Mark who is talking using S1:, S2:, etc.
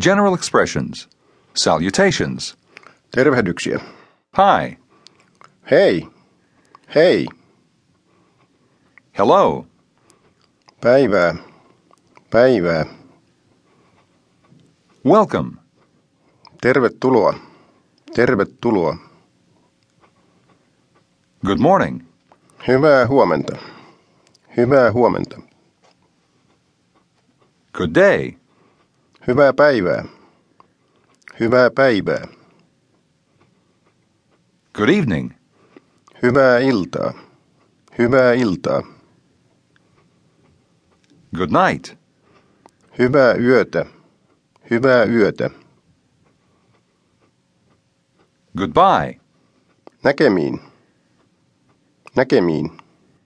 S1: General expressions. Salutations.
S2: Tervehdyksiä.
S1: Hi.
S2: Hei. Hei.
S1: Hello.
S2: Päivää. Päivää.
S1: Welcome.
S2: Tervetuloa. Tervetuloa.
S1: Good morning.
S2: Hyvää huomenta. Hyvää huomenta.
S1: Good day.
S2: Hyvää päivää. Hyvää päivää.
S1: Good evening.
S2: Hyvää iltaa. Hyvää iltaa.
S1: Good night.
S2: Hyvää yötä. Hyvää yötä.
S1: Goodbye.
S2: Näkemiin. Näkemiin.